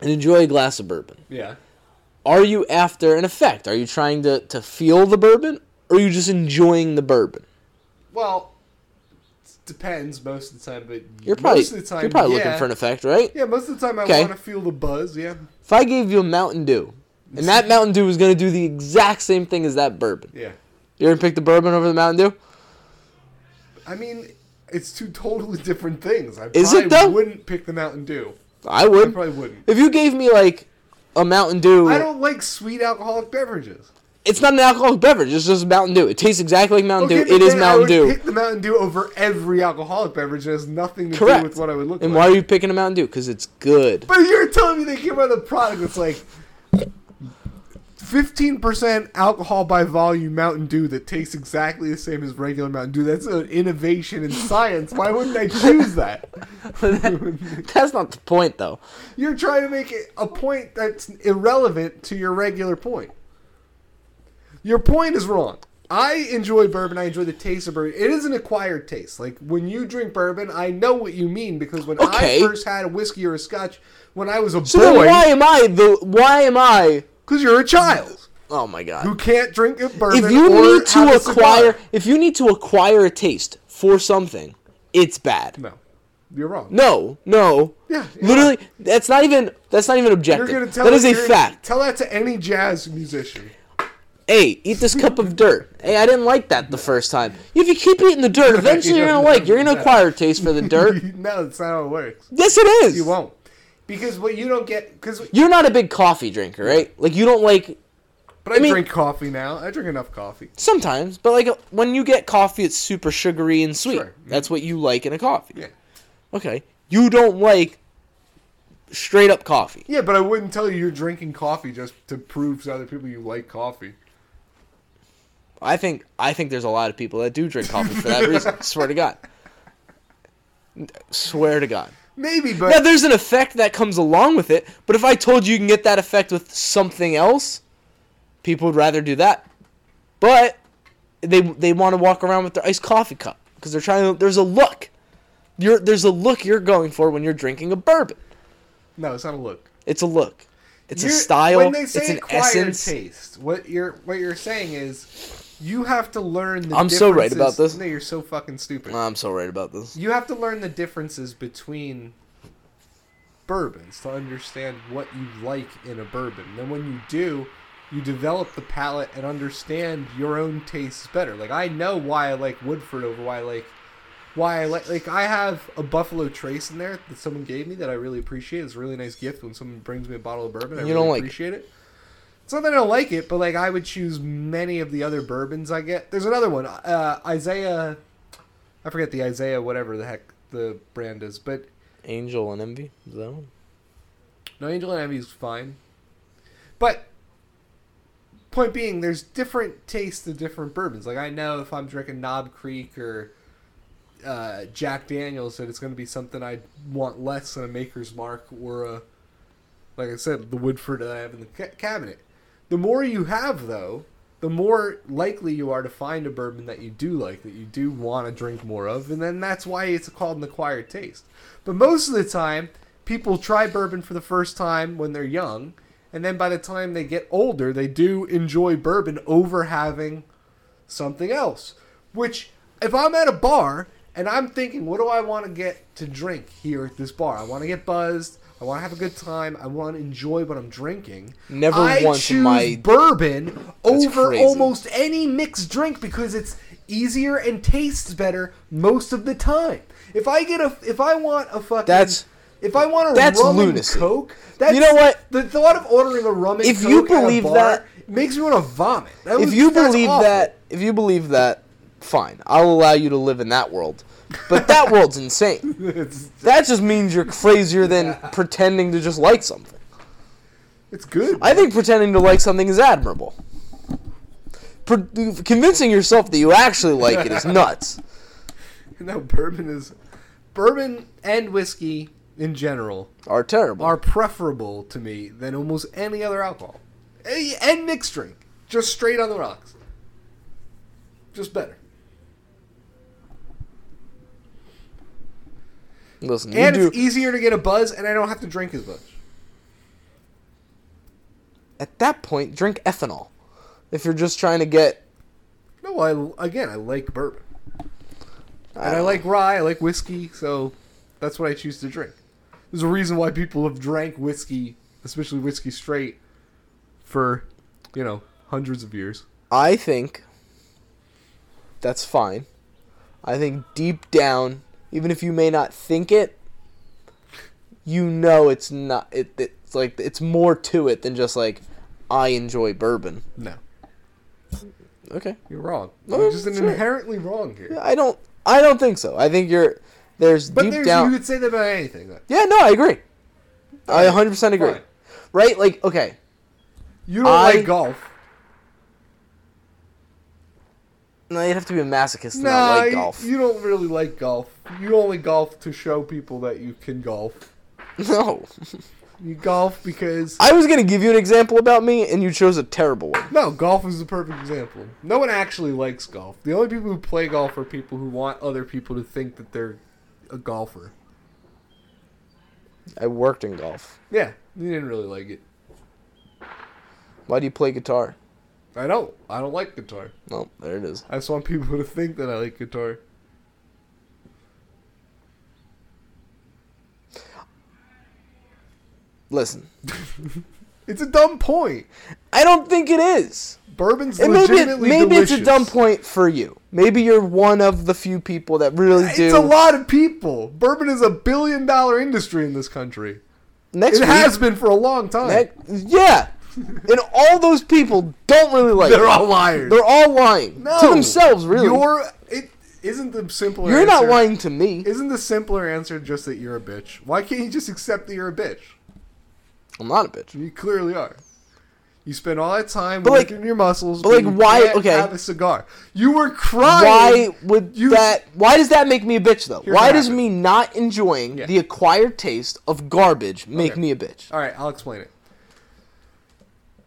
and enjoy a glass of bourbon. Yeah. Are you after an effect? Are you trying to to feel the bourbon, or are you just enjoying the bourbon? Well, it depends most of the time, but You're probably most of the time, you're probably yeah. looking for an effect, right? Yeah, most of the time I Okay. want to feel the buzz. Yeah, If I gave you a Mountain Dew, and that Mountain Dew was gonna do the exact same thing as that bourbon, yeah. you're gonna pick the bourbon over the Mountain Dew. I mean, it's two totally different things. I Is probably it, though? wouldn't pick the Mountain Dew. I I would. probably wouldn't. If you gave me like a Mountain Dew, I don't like sweet alcoholic beverages. it's not an alcoholic beverage. It's just Mountain Dew. It tastes exactly like Mountain Okay, Dew. It but is then I Mountain would Dew. Pick the Mountain Dew over every alcoholic beverage. It has nothing to Correct. do with what I would look and like. why are you picking a Mountain Dew? Because it's good. But you're telling me they came out with a product that's like 15% alcohol by volume Mountain Dew that tastes exactly the same as regular Mountain Dew. That's an innovation in science. Why wouldn't I choose that? That's not the point, though. You're trying to make it a point that's irrelevant to your regular point. Your point is wrong. I enjoy bourbon. I enjoy the taste of bourbon. It is an acquired taste. Like when you drink bourbon, I know what you mean because when Okay. I first had a whiskey or a scotch when I was a So boy, then why am I the? Why am I? Because you're a child Oh my god. who can't drink a bourbon. If you or need to have a cigar. acquire, if you need to acquire a taste for something, it's bad. no, you're wrong. No, no. Yeah, yeah. Literally, that's not even. That's not even you're objective. gonna tell that is a you're- fact. Tell that to any jazz musician. hey, eat this cup of dirt. Hey, I didn't like that the first time. If you keep eating the dirt, eventually you're gonna like. You're gonna acquire a taste for the dirt. no, that's not how it works. Yes, it is. You won't, because what you don't get. Because You're not a big coffee drinker, right? Like you don't like but I, mean- drink coffee now. I drink enough coffee. sometimes, but like when you get coffee, it's super sugary and sweet. Sure. That's what you like in a coffee. Yeah, Okay, you don't like straight up coffee. yeah, but I wouldn't tell you you're drinking coffee just to prove to other people you like coffee. I think I think there's a lot of people that do drink coffee for that reason. swear to God. Swear to God. Maybe, but Now there's an effect that comes along with it, but if I told you you can get that effect with something else, people would rather do that. But they they want to walk around with their iced coffee cup because they're trying to. There's a look. You're, there's a look you're going for when you're drinking a bourbon. no, it's not a look. It's a look. It's a You're- style. When they say it's an acquired essence. taste, what you're what you're saying is you have to learn. the I'm so right about differences- this. No, you're so fucking stupid. I'm so right about this. you have to learn the differences between bourbons to understand what you like in a bourbon. Then when you do, you develop the palate and understand your own tastes better. Like I know why I like Woodford over why I like why I like like I have a Buffalo Trace in there that someone gave me that I really appreciate. It's a really nice gift when someone brings me a bottle of bourbon. I You really don't like it. appreciate it. It's not that I don't like it, but like I would choose many of the other bourbons I get. There's another one, uh, Isaiah. I forget the Isaiah whatever the heck the brand is, but Angel and envy. Is that one? no, Angel and Envy is fine. But point being, there's different tastes to different bourbons. Like I know if I'm drinking Knob Creek or uh, Jack Daniels, that it's going to be something I want less than a Maker's Mark or a, like I said, the Woodford that I have in the ca- cabinet. The more you have, though, the more likely you are to find a bourbon that you do like, that you do want to drink more of, and then that's why it's called an acquired taste. But most of the time, people try bourbon for the first time when they're young, and then by the time they get older, they do enjoy bourbon over having something else. Which, if I'm at a bar and I'm thinking, what do I want to get to drink here at this bar? I want to get buzzed. I want to have a good time. I want to enjoy what I'm drinking. Never I once in choose my- bourbon over crazy. almost any mixed drink because it's easier and tastes better most of the time. If I get a, if I want a fucking, That's- if I want a that's rum lunacy. and coke, that's, know what? The thought of ordering a rum and If coke you at a believe bar that- makes me want to vomit. That if was- you that's believe awful. that if you believe that fine i'll allow you to live in that world but that world's insane it's, that just means you're crazier than pretending to just like something it's good. i think pretending to like something is admirable Per- convincing yourself that you actually like it is nuts no bourbon is bourbon and whiskey in general are terrible are preferable to me than almost any other alcohol A- and mixed drink, just straight on the rocks, just better. listen you And do it's easier to get a buzz, and I don't have to drink as much. at that point drink ethanol if you're just trying to get No, I again I like bourbon and I don't like rye, I like whiskey, so that's what I choose to drink. There's a reason why people have drank whiskey, especially whiskey straight, for you know hundreds of years. I think that's fine. I think deep down, even if you may not think it, you know it's not. It, it's like it's more to it than just like I enjoy bourbon. No, Okay, you're wrong. No, you're just an that's right. inherently wrong here. I don't. I don't think so. I think you're there's but deep there's, down. you could say that about anything. Though. yeah, no, I agree. I 100 percent agree. Fine. Right? Like, okay, You don't I- like golf. no, you'd have to be a masochist to No, not like you- golf. you don't really like golf. You only golf to show people that you can golf. No, You golf because I was gonna give you an example about me, and you chose a terrible one. No, golf is the perfect example. No one actually likes golf. The only people who play golf are people who want other people to think that they're a golfer. I worked in golf. Yeah, you didn't really like it. Why do you play guitar? I don't. I don't like guitar. Oh, there it is. I just want people to think that I like guitar. Listen, It's a dumb point. I don't think it is. Bourbon's And maybe it, legitimately maybe it's a delicious. dumb point for you. Maybe you're one of the few people that really do. It's a lot of people. Bourbon is a billion dollar industry in this country. Next It week, has been for a long time. ne- yeah, and all those people don't really like. They're it. all liars. They're all lying No. to themselves. Really, you're, You're it isn't the simpler not answer- lying to me. Isn't the simpler answer just that you're a bitch? Why can't you just accept that you're a bitch? I'm not a bitch. You clearly are. You spend all that time But, like- working your muscles, but, like, you why- can't okay. have a cigar. You were crying. Why would You- that? Why does that make me a bitch though? Here's why what does happened. me not enjoying Yeah. the acquired taste of garbage make Okay. me a bitch? All right, I'll explain it.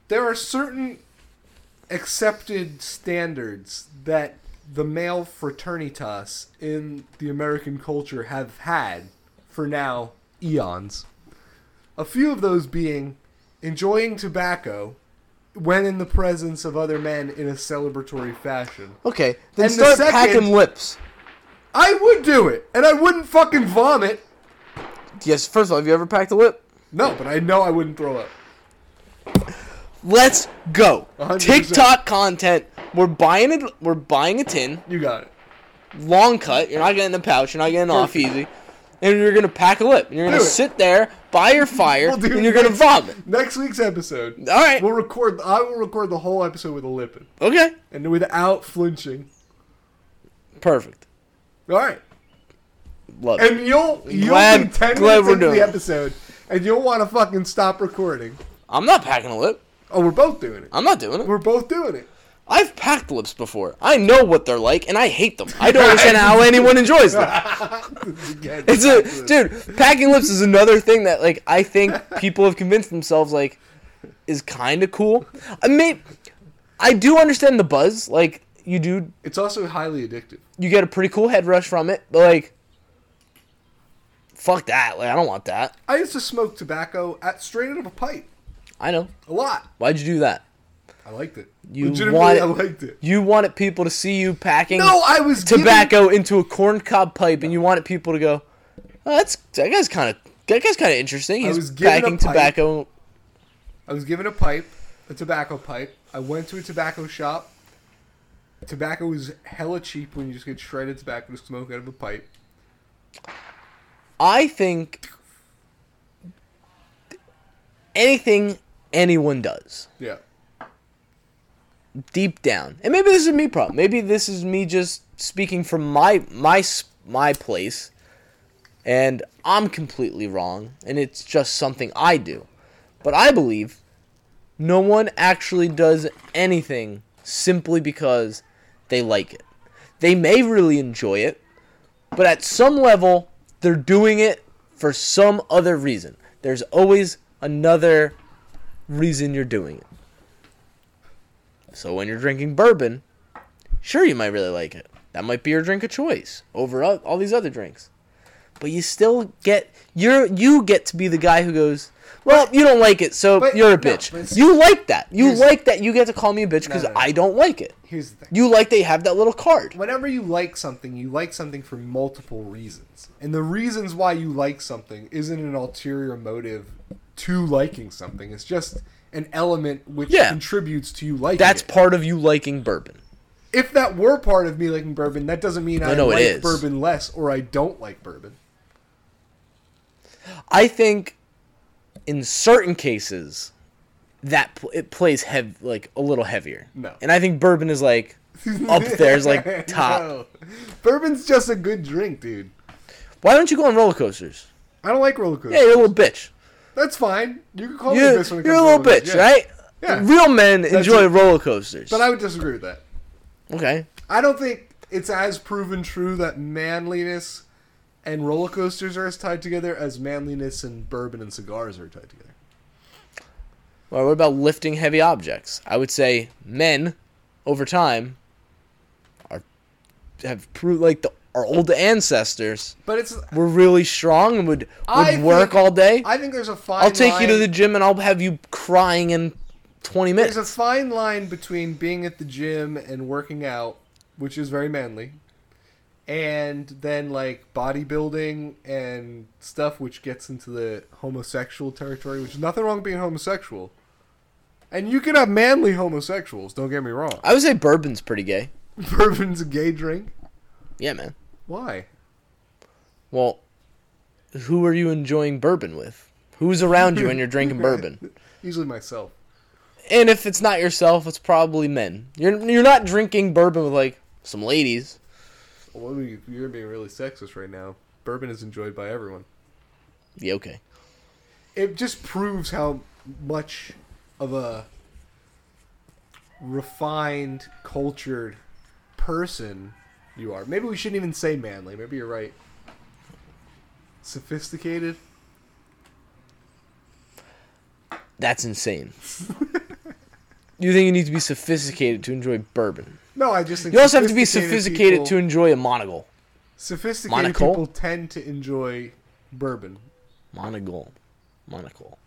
There are certain accepted standards that the male fraternitas in the American culture have had for now eons. A few of those being enjoying tobacco when in the presence of other men in a celebratory fashion. Okay, then And the start second- packing lips. I would do it, and I wouldn't fucking vomit. Yes, first of all, have you ever packed a lip? No, but I know I wouldn't throw up. Let's go. 100%. TikTok content. We're buying it. We're buying a tin, You got it. long cut. You're not getting a pouch. You're not getting off Perfect. easy. And you're gonna pack a lip. And you're gonna Do it. sit there by your fire, We'll do and you're gonna next- vomit. Next week's episode. All right. We'll record. I will record the whole episode with a lippin Okay. and without flinching. Perfect. All right, Love it. and you'll you'll Glad- be ten glad minutes we're into doing the it. episode, and you'll want to fucking stop recording. I'm not packing a lip. Oh, we're both doing it. I'm not doing it. We're both doing it. I've packed lips before. I know what they're like, and I hate them. I don't understand how anyone enjoys them. Again, It's a back to dude. Packing lips is another thing that like I think people have convinced themselves like is kind of cool. I mean, I do understand the buzz. Like you do, It's also highly addictive. you get a pretty cool head rush from it. But like, fuck that. Like I don't want that. I used to smoke tobacco at straight out of a pipe I know. a lot. Why'd you do that? I liked it. You Legitimately, want- I liked it. You wanted people to see you packing. No, I was giving- tobacco into a corn cob pipe, and you wanted people to go, oh, "That's that guy's kind of that guy's kind of interesting. was He's given a packing pipe. tobacco." I was given a pipe, a tobacco pipe. I went to a tobacco shop. Tobacco was hella cheap when you just get shredded tobacco to smoke out of a pipe. I think anything anyone does Yeah. deep down, and maybe this is me problem. Maybe this is me just speaking from my my s- my place, and I'm completely wrong, and it's just something I do. But I believe no one actually does anything simply because they like it. They may really enjoy it, but at some level, they're doing it for some other reason. There's always another reason you're doing it. So when you're drinking bourbon, sure you might really like it. That might be your drink of choice over o- all these other drinks. But you still get you're you get to be the guy who goes, "Well, you don't like it, so but- you're no, a bitch." but it's- you like that. You Here's- like that you get to call me a bitch cuz no, no. I don't like it. Here's the thing. You like they have that little card. Whenever you like something, you like something for multiple reasons. And the reasons why you like something isn't an ulterior motive to liking something. It's just an element which Yeah. contributes to you liking That's it. part of you liking bourbon. if that were part of me liking bourbon, that doesn't mean I no, it like is. bourbon less or I don't like bourbon. I think in certain cases that pl- it plays hev- like a little heavier. No. And I think bourbon is like up there is like top. No. Bourbon's just a good drink, dude. Why don't you go on roller coasters? I don't like roller coasters. Yeah, you're a little bitch. That's fine. You can call me You're, a bitch when it you're comes a to roller little bitch, coasters. Yeah. right? Yeah. Real men enjoy it. roller coasters. But I would disagree with that. okay. I don't think it's as proven true that manliness and roller coasters are as tied together as manliness and bourbon and cigars are tied together. Well, what about lifting heavy objects? I would say men, over time, are have proved like the, our old ancestors But it's were really strong and would, would I work think- all day. I think there's a fine I'll take you to line- the gym and I'll have you crying in 20 minutes. There's a fine line between being at the gym and working out, which is very manly, and then like bodybuilding and stuff, which gets into the homosexual territory, which is nothing wrong with being homosexual. And you can have manly homosexuals, don't get me wrong. I would say bourbon's pretty gay. Bourbon's a gay drink. Yeah, man. Why? Well, who are you enjoying bourbon with? Who's around you when you're drinking bourbon? Usually myself. And if it's not yourself, it's probably men. You're you're not drinking bourbon with like some ladies. Well, you- you're being really sexist right now. Bourbon is enjoyed by everyone. Yeah, okay. It just proves how much of a refined, cultured person you are. Maybe we shouldn't even say manly. Maybe you're right. Sophisticated. That's insane. you think you need to be sophisticated to enjoy bourbon? No, I just think You also have to be sophisticated to enjoy a monocle. Sophisticated Monocle? people tend to enjoy bourbon. Monocle. Monocle.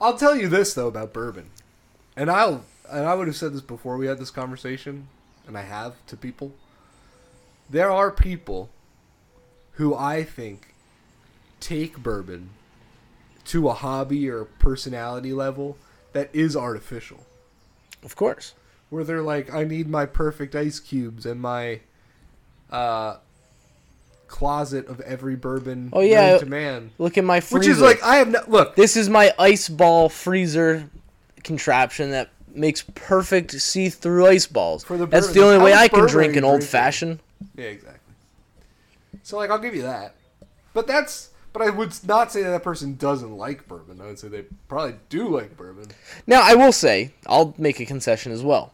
I'll tell you this though about bourbon, and I'll and I would have said this before we had this conversation, and I have to people. There are people who I think take bourbon to a hobby or personality level that is artificial, Of course. where they're like, I need my perfect ice cubes and my uh, closet of every bourbon Oh, yeah. known to man, Look at my freezer. which is like I have no look. This is my ice ball freezer contraption that makes perfect see-through ice balls. For the That's bourbon- the only how way much I can bourbon are drink you an old drinking? fashioned. Yeah, exactly. So like, I'll give you that, but that's but I would not say that that person doesn't like bourbon. I would say they probably do like bourbon. Now I will say I'll make a concession as well.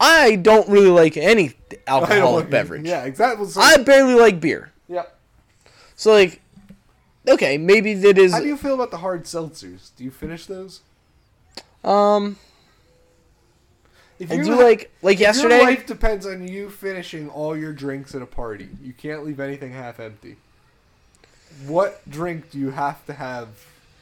I don't really like any I alcoholic don't- beverage. Yeah, exactly. So, I barely like beer. yeah. So like, okay, maybe that is. How do you feel about the hard seltzers? Do you finish those? um, If I you do ha- like like if yesterday. Your life depends on you finishing all your drinks at a party. You can't leave anything half empty. What drink do you have to have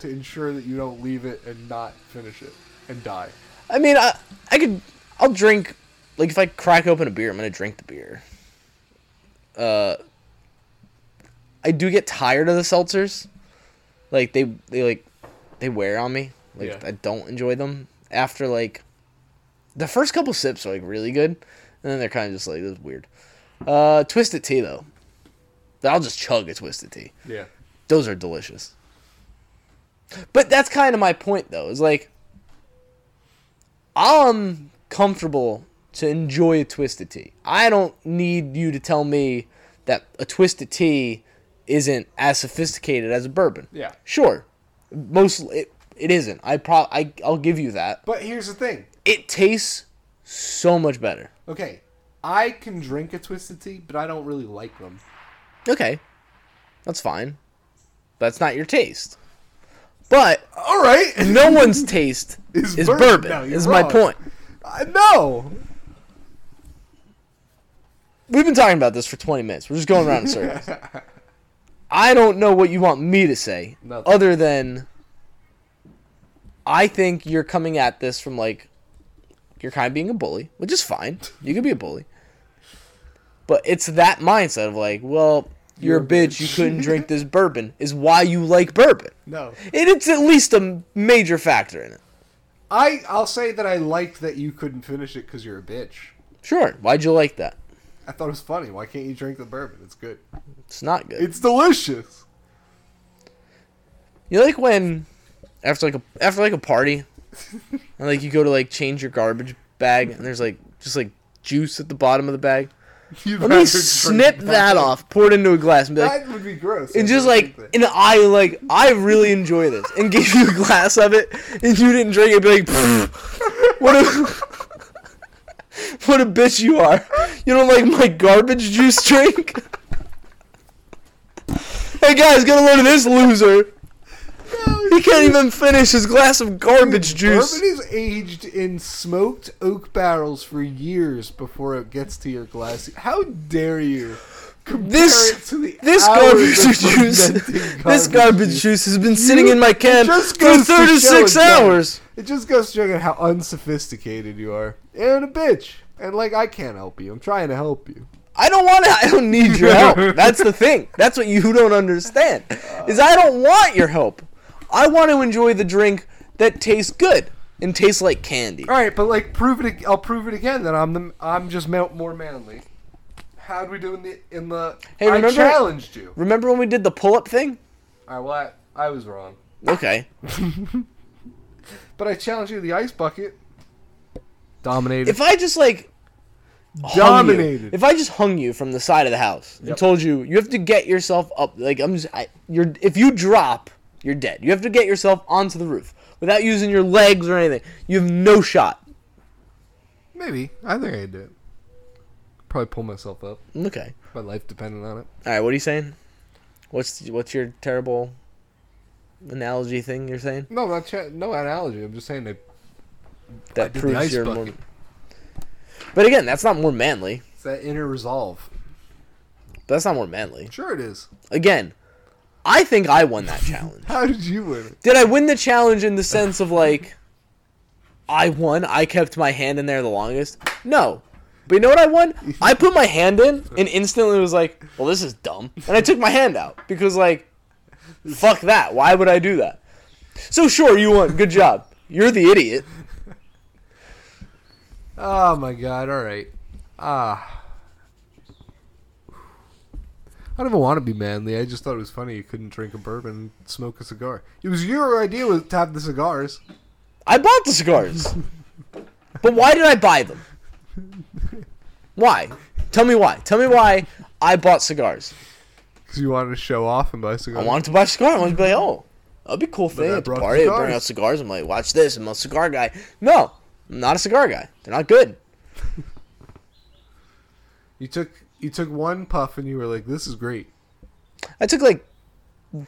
to ensure that you don't leave it and not finish it and die? I mean, I I could I'll drink like if I crack open a beer, I'm gonna drink the beer. Uh, I do get tired of the seltzers, like they they like they wear on me. Like Yeah. I don't enjoy them after like the first couple sips are like really good, and then they're kind of just like this is weird. Uh, twisted tea though, I'll just chug a twisted tea Yeah. those are delicious. But that's kind of my point, though. Is like, I'm comfortable to enjoy a twisted tea. I don't need you to tell me that a twisted tea isn't as sophisticated as a bourbon. Yeah. Sure, most it, it isn't. I pro I I'll give you that. But here's the thing. It tastes so much better. Okay, I can drink a twisted tea, but I don't really like them. Okay, that's fine. That's not your taste. But All right, no one's taste Is is, bourbon. bourbon. No, you're is wrong. my point. I know. We've been talking about this for 20 minutes. We're just going around in circles. I don't know what you want me to say Nothing. other than I think you're coming at this from like you're kind of being a bully, which is fine. You can be a bully. But it's that mindset of like, well, you're, You're a bitch, you couldn't drink this bourbon is why you like bourbon. No, And it's at least a major factor in it. I I'll say that I liked that you couldn't finish it because you're a bitch. Sure. Why'd you like that? I thought it was funny. Why can't you drink the bourbon? It's good. It's not good. It's delicious. You know, like when after like a after like a party, and like you go to like change your garbage bag, and there's like just like juice at the bottom of the bag. You'd Let me rather snip drink that off, pour it into a glass, and be like, That would be gross. and I just don't like, think that- and I like, I really enjoy this, and gave you a glass of it, and you didn't drink it, be like, "Pfft, what a. What a bitch you are! You don't like my garbage juice drink? hey guys, get a load of this loser! He can't even finish his glass of garbage juice. Bourbon is aged in smoked oak barrels for years before it gets to your glass. How dare you compare This- it to the This hours garbage of juice, fermenting this garbage juice has been sitting You- in my can it just for goes to show 36 again. hours. It just goes to show you how unsophisticated you are and a bitch. And like I can't help you. I'm trying to help you. I don't want to. I don't need your help. That's the thing. That's what you don't understand. Is I don't want your help. I want to enjoy the drink that tastes good and tastes like candy. All right, but like prove it. ag- I'll prove it again that I'm the I'm just mount more manly. How do we do in the in the? Hey, I remember- challenged you. Remember when we did the pull-up thing? All right, well I, I was wrong, Okay. but I challenged you to the ice bucket. Dominated. If I just like hung you- Dominated. if I just hung you from the side of the house and Yep. told you you have to get yourself up, like I'm just, I, you're if you drop, You're dead. You have to get yourself onto the roof without using your legs or anything. You have no shot. Maybe. I think I can do it. Probably pull myself up. Okay. My life depending on it. All right. What are you saying? What's what's your terrible analogy thing you're saying No, not ch- no analogy. I'm just saying they that did the proves ice you're bucket. more? But again, that's not more manly. It's that inner resolve. That's not more manly. Sure, it is. Again, I think I won that challenge. How did you win it? Did I win the challenge in the sense of like I won, I kept my hand in there the longest? No. But you know what I won? I put my hand in and instantly was like, "Well, this is dumb." And I took my hand out because like fuck that. Why would I do that? So sure you won. Good job. You're the idiot. Oh my god! All right. Ah. I don't even want to be manly. I just thought it was funny you couldn't drink a bourbon and smoke a cigar. It was your idea was to have the cigars. I bought the cigars. but why did I buy them? Why? Tell me why. Tell me why I bought cigars. Because you wanted to show off and buy cigars. I wanted to buy a cigar. I wanted to be like, oh, that'd be a cool thing I at the brought party. They bring cigars. out cigars. I'm like, watch this. I'm a cigar guy. No, I'm not a cigar guy. They're not good. You took you took one puff and you were like, "This is great." I took like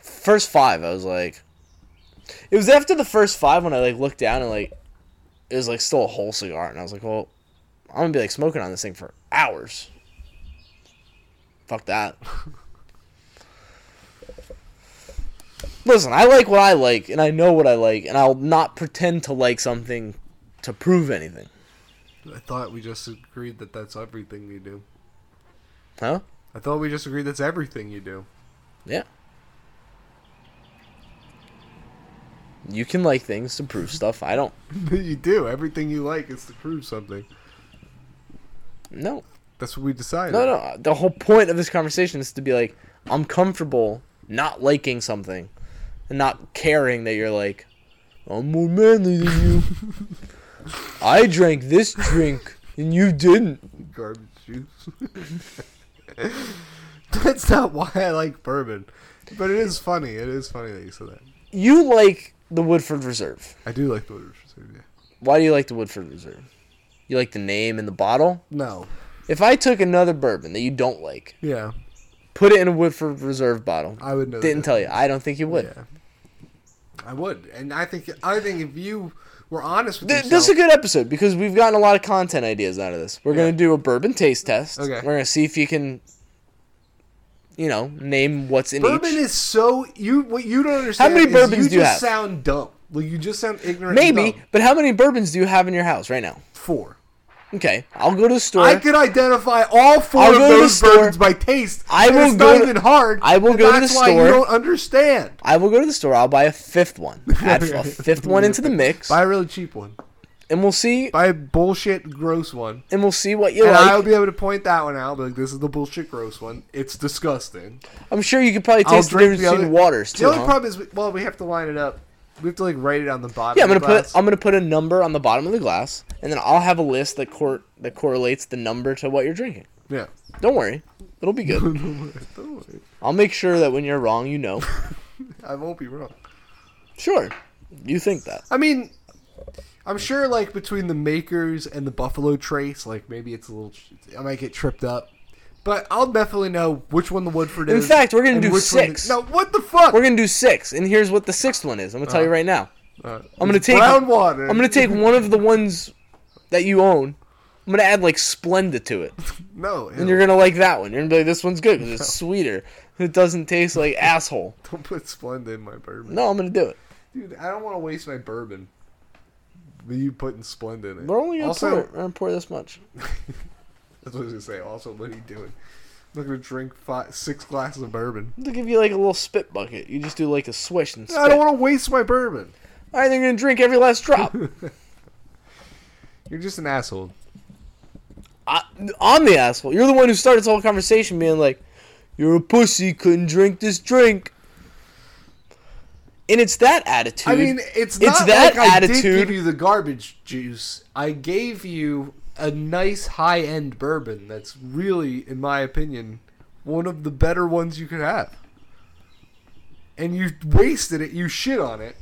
first five. I was like, it was after the first five when I like looked down and like it was like still a whole cigar, and I was like, well, I'm gonna be like smoking on this thing for hours. Fuck that. Listen, I like what I like, and I know what I like, and I'll not pretend to like something to prove anything. I thought we just agreed that that's everything you do. Huh? I thought we just agreed that's everything you do. Yeah. You can like things to prove stuff. I don't. you do everything you like is to prove something. No. That's what we decided. No, no. The whole point of this conversation is to be like, I'm comfortable not liking something and not caring that you're like, I'm more manly than you. I drank this drink and you didn't. garbage juice. That's not why I like bourbon, but it is funny. It is funny that you said that. You like the Woodford Reserve. I do like the Woodruff Reserve. Yeah. Why do you like the Woodford Reserve? You like the name and the bottle? No. If I took another bourbon that you don't like, Yeah, put it in a Woodford Reserve bottle, I would know. didn't that. tell you. I don't think you would. Yeah. I would, and I think I think if you were honest with Th- yourself, this is a good episode because we've gotten a lot of content ideas out of this. We're gonna do a bourbon taste test. Okay. We're gonna see if you can, you know, name what's in Bourbon each. is so you. What you don't understand. many is bourbons you do you just have? Sound dumb. Like you just sound ignorant. and Maybe, dumb. but how many bourbons do you have in your house right now? four. Okay, I'll go to the store. I could identify all 4 I'll of go to the those store. bourbons by taste. I and will it's go not to- even hard. I will and go to that's the why store. You don't understand. I will go to the store. I'll buy a fifth one. Add a fifth one into the mix, Buy a really cheap one. and we'll see. Buy a bullshit gross one. And we'll see what you And like. I'll be able to point that one out. Be like, this is the bullshit gross one. It's disgusting. I'm sure you could probably I'll taste the difference the between other- waters too. The only huh? problem is, we, well, we have to line it up. We have to like write it on the bottom. Yeah, I'm of gonna the put glass. I'm gonna put a number on the bottom of the glass, and then I'll have a list that cor- that correlates the number to what you're drinking. Yeah. Don't worry, it'll be good. Don't worry. I'll make sure that when you're wrong, you know. I won't be wrong. Sure, you think that. I mean, I'm sure like between the makers and the Buffalo Trace, like maybe it's a little. I might get tripped up, but I'll definitely know which one the Woodford In is. fact, we're gonna and do which one the- six. no, what the fuck? We're gonna do six, and here's what the sixth one is. I'm gonna tell you right now. Uh, I'm gonna it's take brown water. I'm gonna take one of the ones that you own. I'm gonna add like Splenda to it, No, and you're gonna like that one. You're gonna be like, this one's good because it's sweeter. It doesn't taste like asshole. don't put Splenda in my bourbon, No, I'm gonna do it. dude. I don't want to waste my bourbon. But you putting Splenda in it. We're only gonna also, pour. We're gonna pour this much. that's what I was gonna say. Also, what are you doing? I'm not gonna drink five, six glasses of bourbon. They'll give you like a little spit bucket. You just do like a swish and spit. I don't want to waste my bourbon. All right, they're gonna drink every last drop. You're just an asshole. I, I'm the asshole. You're the one who started this whole conversation, being like, "You're a pussy. Couldn't drink this drink." And it's that attitude. I mean, it's it's not that like I did attitude. give you the garbage juice. I gave you a nice high end bourbon that's really, in my opinion, one of the better ones you could have. and you wasted it. You shit on it.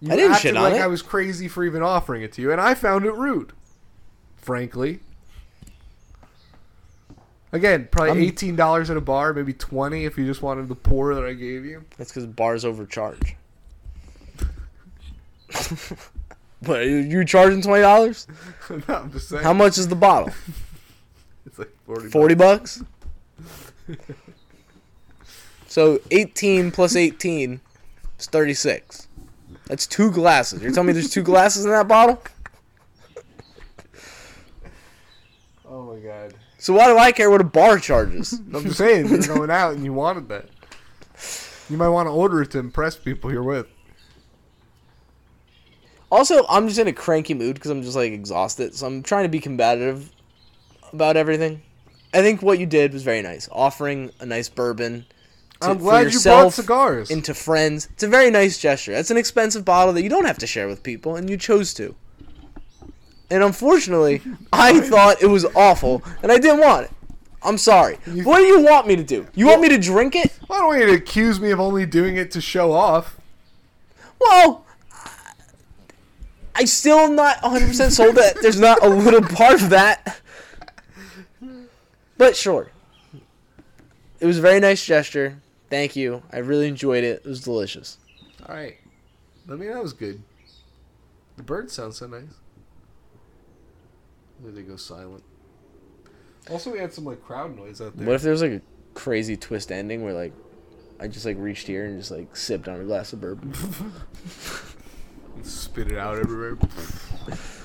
You I didn't acted shit on like it. I was crazy for even offering it to you, and I found it rude. Frankly. Again, probably I'm- eighteen dollars at a bar, maybe twenty if you just wanted the pour that I gave you. That's because bars overcharge. but you- you charging twenty dollars? no, I'm just saying. How much is the bottle? It's like forty. Forty bucks. So eighteen plus eighteen is thirty-six. That's two glasses. You're telling me there's two glasses in that bottle? Oh my god. So why do I care what a bar charges? I'm just saying, you're going out and you wanted that. You might want to order it to impress people you're with. Also, I'm just in a cranky mood because I'm just like exhausted. So I'm trying to be combative about everything. I think what you did was very nice, offering a nice bourbon to, I'm for glad you brought yourself cigars. and to friends. It's a very nice gesture. That's an expensive bottle that you don't have to share with people, and you chose to. And unfortunately, I thought it was awful, and I didn't want it. I'm sorry. what do you want me to do? You want me to drink it? Why don't you accuse me of only doing it to show off? Well, I still am not 100% sold that there's not a little part of that. But sure. It was a very nice gesture. Thank you. I really enjoyed it. It was delicious. All right. Let me know that was good. The birds sound so nice. Where they go silent. Also, we had some like crowd noise out there. What if there was like a crazy twist ending where like I just like reached here and just like sipped on a glass of bourbon? Spit it out everywhere.